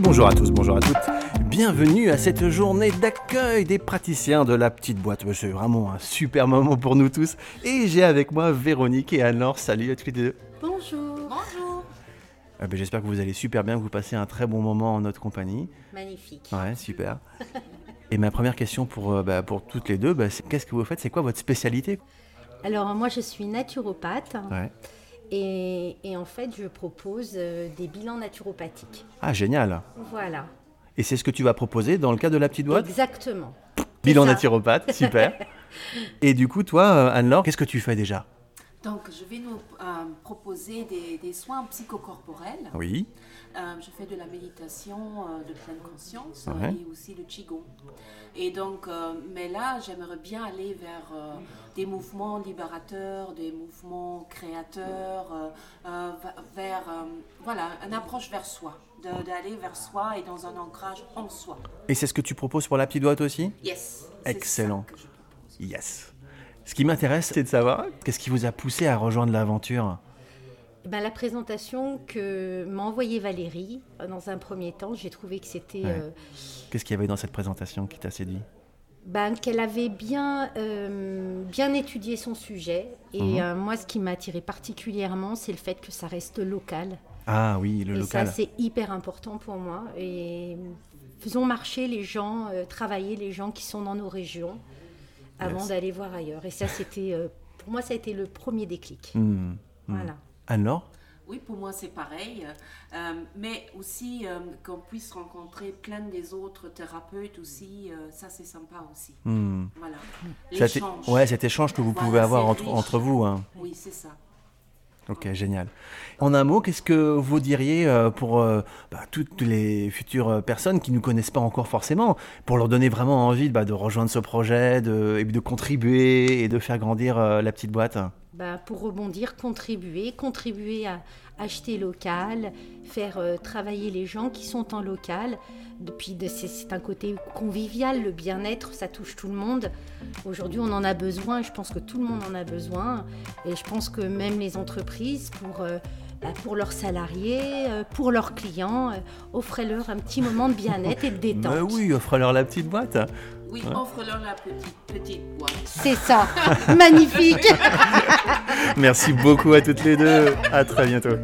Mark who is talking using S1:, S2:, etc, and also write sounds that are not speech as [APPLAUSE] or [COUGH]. S1: bonjour à tous, bonjour à toutes. Bienvenue à cette journée d'accueil des praticiens de la petite boîte. C'est vraiment un super moment pour nous tous. Et j'ai avec moi Véronique et Anne-Laure. Salut à tous les deux.
S2: Bonjour. Bonjour.
S1: Eh ben, J'espère que vous allez super bien, que vous passez un très bon moment en notre compagnie.
S2: Magnifique.
S1: Ouais, super. Et ma première question pour, euh, bah, pour toutes les deux, bah, c'est qu'est-ce que vous faites C'est quoi votre spécialité
S2: Alors moi je suis naturopathe
S1: Ouais.
S2: et, et en fait je propose euh, des bilans naturopathiques.
S1: Ah, génial.
S2: Voilà.
S1: Et c'est ce que tu vas proposer dans le cas de la petite boîte
S2: Exactement.
S1: Bilan
S2: ça.
S1: naturopathe, super. Et du coup, toi, euh, Anne-Laure, qu'est-ce que tu fais déjà
S3: Donc, je vais nous euh, proposer des, des soins psychocorporels.
S1: Oui.
S3: Euh, je fais de la méditation euh, de pleine conscience
S1: Ah Ouais.
S3: et aussi le qigong. Et donc, euh, mais là, j'aimerais bien aller vers euh, des mouvements libérateurs, des mouvements créateurs, euh, euh, va- vers euh, voilà, une approche vers soi, de- d'aller vers soi et dans un ancrage en soi.
S1: Et c'est ce que tu proposes pour la petite boîte aussi
S3: Yes. c'est ça
S1: Excellent.
S3: que je propose.
S1: Yes. Ce qui m'intéresse, c'est de savoir qu'est-ce qui vous a poussé à rejoindre l'aventure
S2: Eh ben, la présentation que m'a envoyée Valérie, euh, dans un premier temps, j'ai trouvé que c'était...
S1: Ouais.
S2: euh,
S1: Qu'est-ce qu'il y avait dans cette présentation qui t'a séduit
S2: ben, qu'elle avait bien, euh, bien étudié son sujet. Et
S1: Mhm.
S2: euh, moi, ce qui m'a attiré particulièrement, c'est le fait que ça reste local.
S1: Ah oui, le
S2: et
S1: local.
S2: ça, c'est hyper important pour moi. Et faisons marcher les gens, euh, travailler les gens qui sont dans nos régions avant
S1: Yes.
S2: d'aller voir ailleurs. Et ça, c'était, euh, pour moi, ça a été le premier déclic.
S1: Hmm, hmm.
S2: Voilà.
S1: Anne-Laure
S3: Oui, pour moi c'est pareil, Euh, mais aussi euh, qu'on puisse rencontrer plein des autres thérapeutes aussi, euh, ça c'est sympa aussi.
S1: Hmm.
S3: Voilà.
S1: Ça t'é-
S3: L'échange.
S1: Ouais, cet échange que vous
S3: Voilà,
S1: pouvez avoir
S3: c'est
S1: entre,
S3: riche.
S1: entre vous. hein.
S3: Oui, c'est ça.
S1: Ok, génial. En un mot, qu'est-ce que vous diriez euh, pour euh, bah, toutes les futures euh, personnes qui ne nous connaissent pas encore forcément, pour leur donner vraiment envie bah, de rejoindre ce projet, de, et de contribuer et de faire grandir euh, la petite boîte
S2: Bah, pour rebondir, contribuer, contribuer à acheter local, faire euh, travailler les gens qui sont en local. Depuis, c'est c'est un côté convivial, le bien-être, ça touche tout le monde. Aujourd'hui, on en a besoin, et je pense que tout le monde en a besoin. Et je pense que même les entreprises, pour, euh, bah, pour leurs salariés, euh, pour leurs clients, euh, offrez-leur un petit moment de bien-être et de
S1: [LAUGHS]
S2: détente.
S1: Mais oui, offre-leur la petite boîte.
S3: Oui, offre-leur la petite, petite boîte.
S2: C'est ça, magnifique
S1: Merci beaucoup à toutes les deux. À très bientôt.